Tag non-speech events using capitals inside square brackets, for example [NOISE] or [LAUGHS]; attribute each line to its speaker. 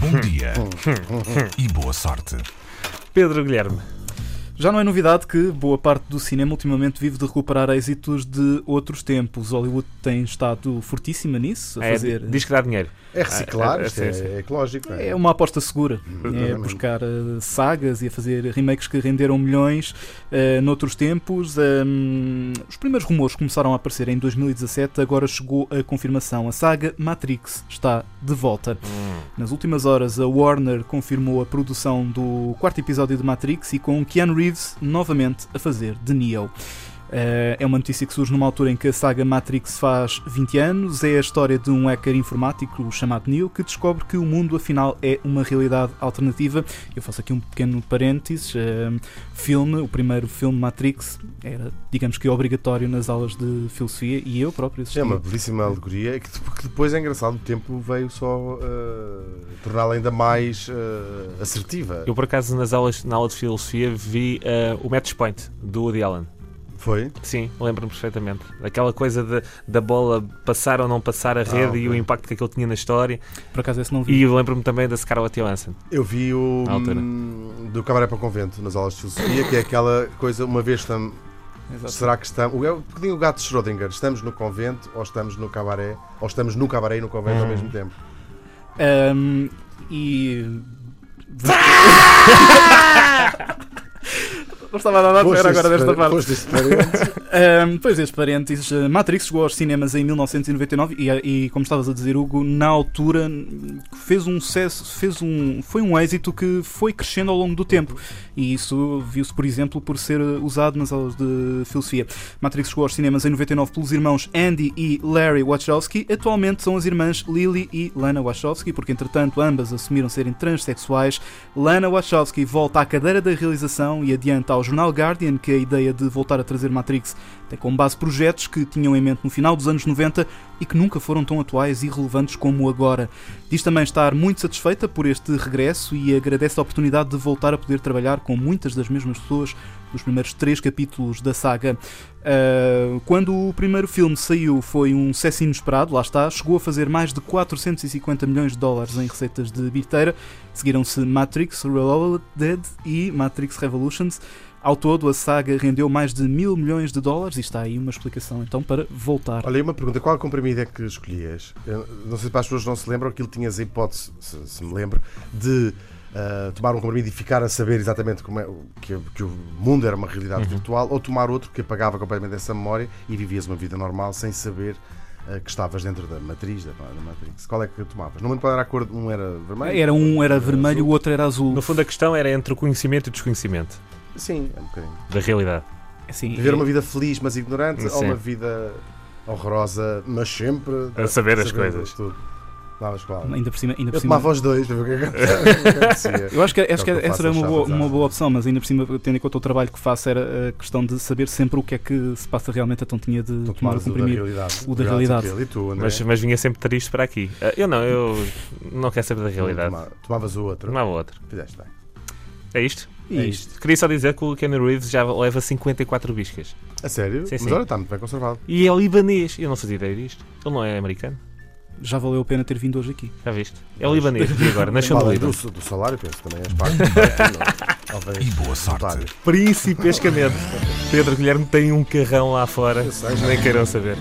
Speaker 1: Bom dia e boa sorte.
Speaker 2: Pedro Guilherme.
Speaker 3: Já não é novidade que boa parte do cinema ultimamente vive de recuperar êxitos de outros tempos. Hollywood tem estado fortíssima nisso, a
Speaker 2: É,
Speaker 3: fazer.
Speaker 2: diz que dá dinheiro.
Speaker 4: É reciclar,
Speaker 2: Ah, é,
Speaker 4: isto
Speaker 2: sim, sim.
Speaker 4: é ecológico. não é?
Speaker 3: É uma aposta segura. É
Speaker 4: Exatamente.
Speaker 3: buscar eh, sagas e a fazer remakes que renderam milhões eh, noutros tempos. Ahm, os primeiros rumores começaram a aparecer em 2017, agora chegou a confirmação. A saga Matrix está de volta. Nas últimas horas, a Warner confirmou a produção do quarto episódio de Matrix e com Keanu Reeves novamente a fazer de Neo. Eh, é uma notícia que surge numa altura em que a saga Matrix faz 20 anos. É a história de um hacker informático chamado Neo que descobre que o mundo afinal é uma realidade alternativa. Eu faço aqui um pequeno parênteses. eh, filme, o primeiro filme Matrix, era, digamos que, obrigatório nas aulas de filosofia e eu próprio assisti.
Speaker 4: É uma belíssima alegoria que de- que depois é engraçado, o tempo veio só eh, torná-la ainda mais eh, assertiva.
Speaker 2: Eu, por acaso, nas aulas, na aula de filosofia, vi eh, o Match Point do Woody Allen.
Speaker 4: Foi?
Speaker 2: Sim, lembro-me perfeitamente. Aquela coisa de- da bola passar ou não passar a rede e
Speaker 4: Ah, ok.
Speaker 2: o impacto que aquilo tinha na história.
Speaker 3: Por acaso esse não vi.
Speaker 2: E eu lembro-me também da Scarlett Johansson.
Speaker 4: Eu vi o
Speaker 2: Na altura.
Speaker 4: hum, do Cabaré para o Convento nas aulas de filosofia, que é aquela coisa, uma vez estamos.
Speaker 3: Exato.
Speaker 4: Será que estamos. É um bocadinho o gato de Schrödinger. Estamos no convento ou estamos no cabaré? Ou estamos no cabaré e no convento ao
Speaker 2: Hum.
Speaker 4: mesmo tempo?
Speaker 3: Ahm, e. [LAUGHS] Não estava nada a ver
Speaker 4: Foste
Speaker 3: agora
Speaker 4: esse-
Speaker 3: desta parte.
Speaker 4: foste esse parente.
Speaker 3: Ahm, depois deste parênteses, eh, Matrix chegou aos cinemas em 1999 e, eh, e, como estavas a dizer, Hugo, na altura hum, fez um sucesso, fez um, foi um êxito que foi crescendo ao longo do tempo. E isso viu-se, por exemplo, por ser eh, usado nas aulas de filosofia. Matrix chegou aos cinemas em 99 pelos irmãos Andy e Larry Wachowski. Atualmente são as irmãs Lily e Lana Wachowski, porque entretanto ambas assumiram serem transexuais. Lana Wachowski volta à cadeira da realização e adianta ao jornal Guardian que a ideia de voltar a trazer Matrix tem como base projetos que tinham em mente no final dos anos 90 e que nunca foram tão atuais e relevantes como agora. Diz também estar muito satisfeita por este regresso e agradece a oportunidade de voltar a poder trabalhar com muitas das mesmas pessoas nos primeiros três capítulos da saga. Ah, quando o primeiro filme saiu foi um sucesso inesperado, lá está, chegou a fazer mais de 450 milhões de dólares em receitas de bilheteira. Seguiram-se Matrix Reloaded e Matrix Revolutions. Ao todo, a saga rendeu mais de mil milhões de dólares e está aí uma explicação então para voltar.
Speaker 4: Olha, e uma pergunta: qual comprimido é que escolhias? Eu não sei se para as pessoas não se lembram, aquilo tinhas a hipótese, se, se me lembro, de ah, tomar um comprimido e ficar a saber exatamente como é o- que, que o mundo era uma realidade
Speaker 2: Uhum.
Speaker 4: virtual, ou tomar outro que apagava completamente essa memória e vivias uma vida normal sem saber. ah, Que estavas dentro da matriz, da, da Matrix. Qual é que tomavas? Não me lembro qual era a cor. Um era vermelho?
Speaker 3: Era um era vermelho, o outro era azul.
Speaker 2: No fundo, a questão era entre o conhecimento e o desconhecimento
Speaker 4: Sim, é um bocadinho.
Speaker 2: da realidade.
Speaker 3: Assim,
Speaker 4: Viver uma vida feliz, mas ignorante, ou
Speaker 2: Sim.
Speaker 4: uma vida horrorosa, mas sempre
Speaker 2: A saber as coisas.
Speaker 4: Tudo. Tomavas qual?
Speaker 3: ainda por cima, ainda por
Speaker 4: Eu
Speaker 3: cima.
Speaker 4: tomava os dois para
Speaker 2: [LAUGHS]
Speaker 4: ver o que acontecia.
Speaker 3: Eu acho que, acho que
Speaker 4: É o que eu
Speaker 3: essa
Speaker 4: faço,
Speaker 3: era uma
Speaker 4: achava,
Speaker 3: boa,
Speaker 4: exato.
Speaker 3: uma boa opção, mas ainda por cima, tendo em conta o trabalho que faço, era a questão de saber sempre o que é que se passa realmente, então tinha de
Speaker 4: Tu
Speaker 3: tomar o
Speaker 4: tomavas
Speaker 3: comprimido.
Speaker 4: realidade.
Speaker 3: O da
Speaker 4: Eu
Speaker 3: realidade.
Speaker 4: aquele E tu, André?
Speaker 2: Mas, mas vinha sempre triste para aqui. Ah, Eu não, eu não quero saber da realidade.
Speaker 4: Toma- Tomavas o outro.
Speaker 2: Não há outro.
Speaker 4: Fizeste bem.
Speaker 2: É isto?
Speaker 3: E
Speaker 4: É
Speaker 3: isto.
Speaker 4: isto.
Speaker 2: Queria só dizer que o Ken Reeves já leva 54 biscas.
Speaker 4: A sério?
Speaker 2: Sim, sim.
Speaker 4: Mas olha, está muito bem conservado.
Speaker 2: E é libanês. Eu não fazia ideia disto. Ele não é americano.
Speaker 3: Já valeu a pena ter vindo hoje aqui.
Speaker 2: Já viste? É libanês. E
Speaker 4: [LAUGHS]
Speaker 2: agora? Nasceu no
Speaker 4: Fala do,
Speaker 2: Líbano.
Speaker 4: do salário, penso também as [LAUGHS]
Speaker 2: [LAUGHS]
Speaker 4: partes.
Speaker 1: E boa sorte.
Speaker 2: Príncipe Escanedo. Pedro Guilherme tem um carrão lá fora.
Speaker 4: Eu sei, já.
Speaker 2: Nem queiram saber.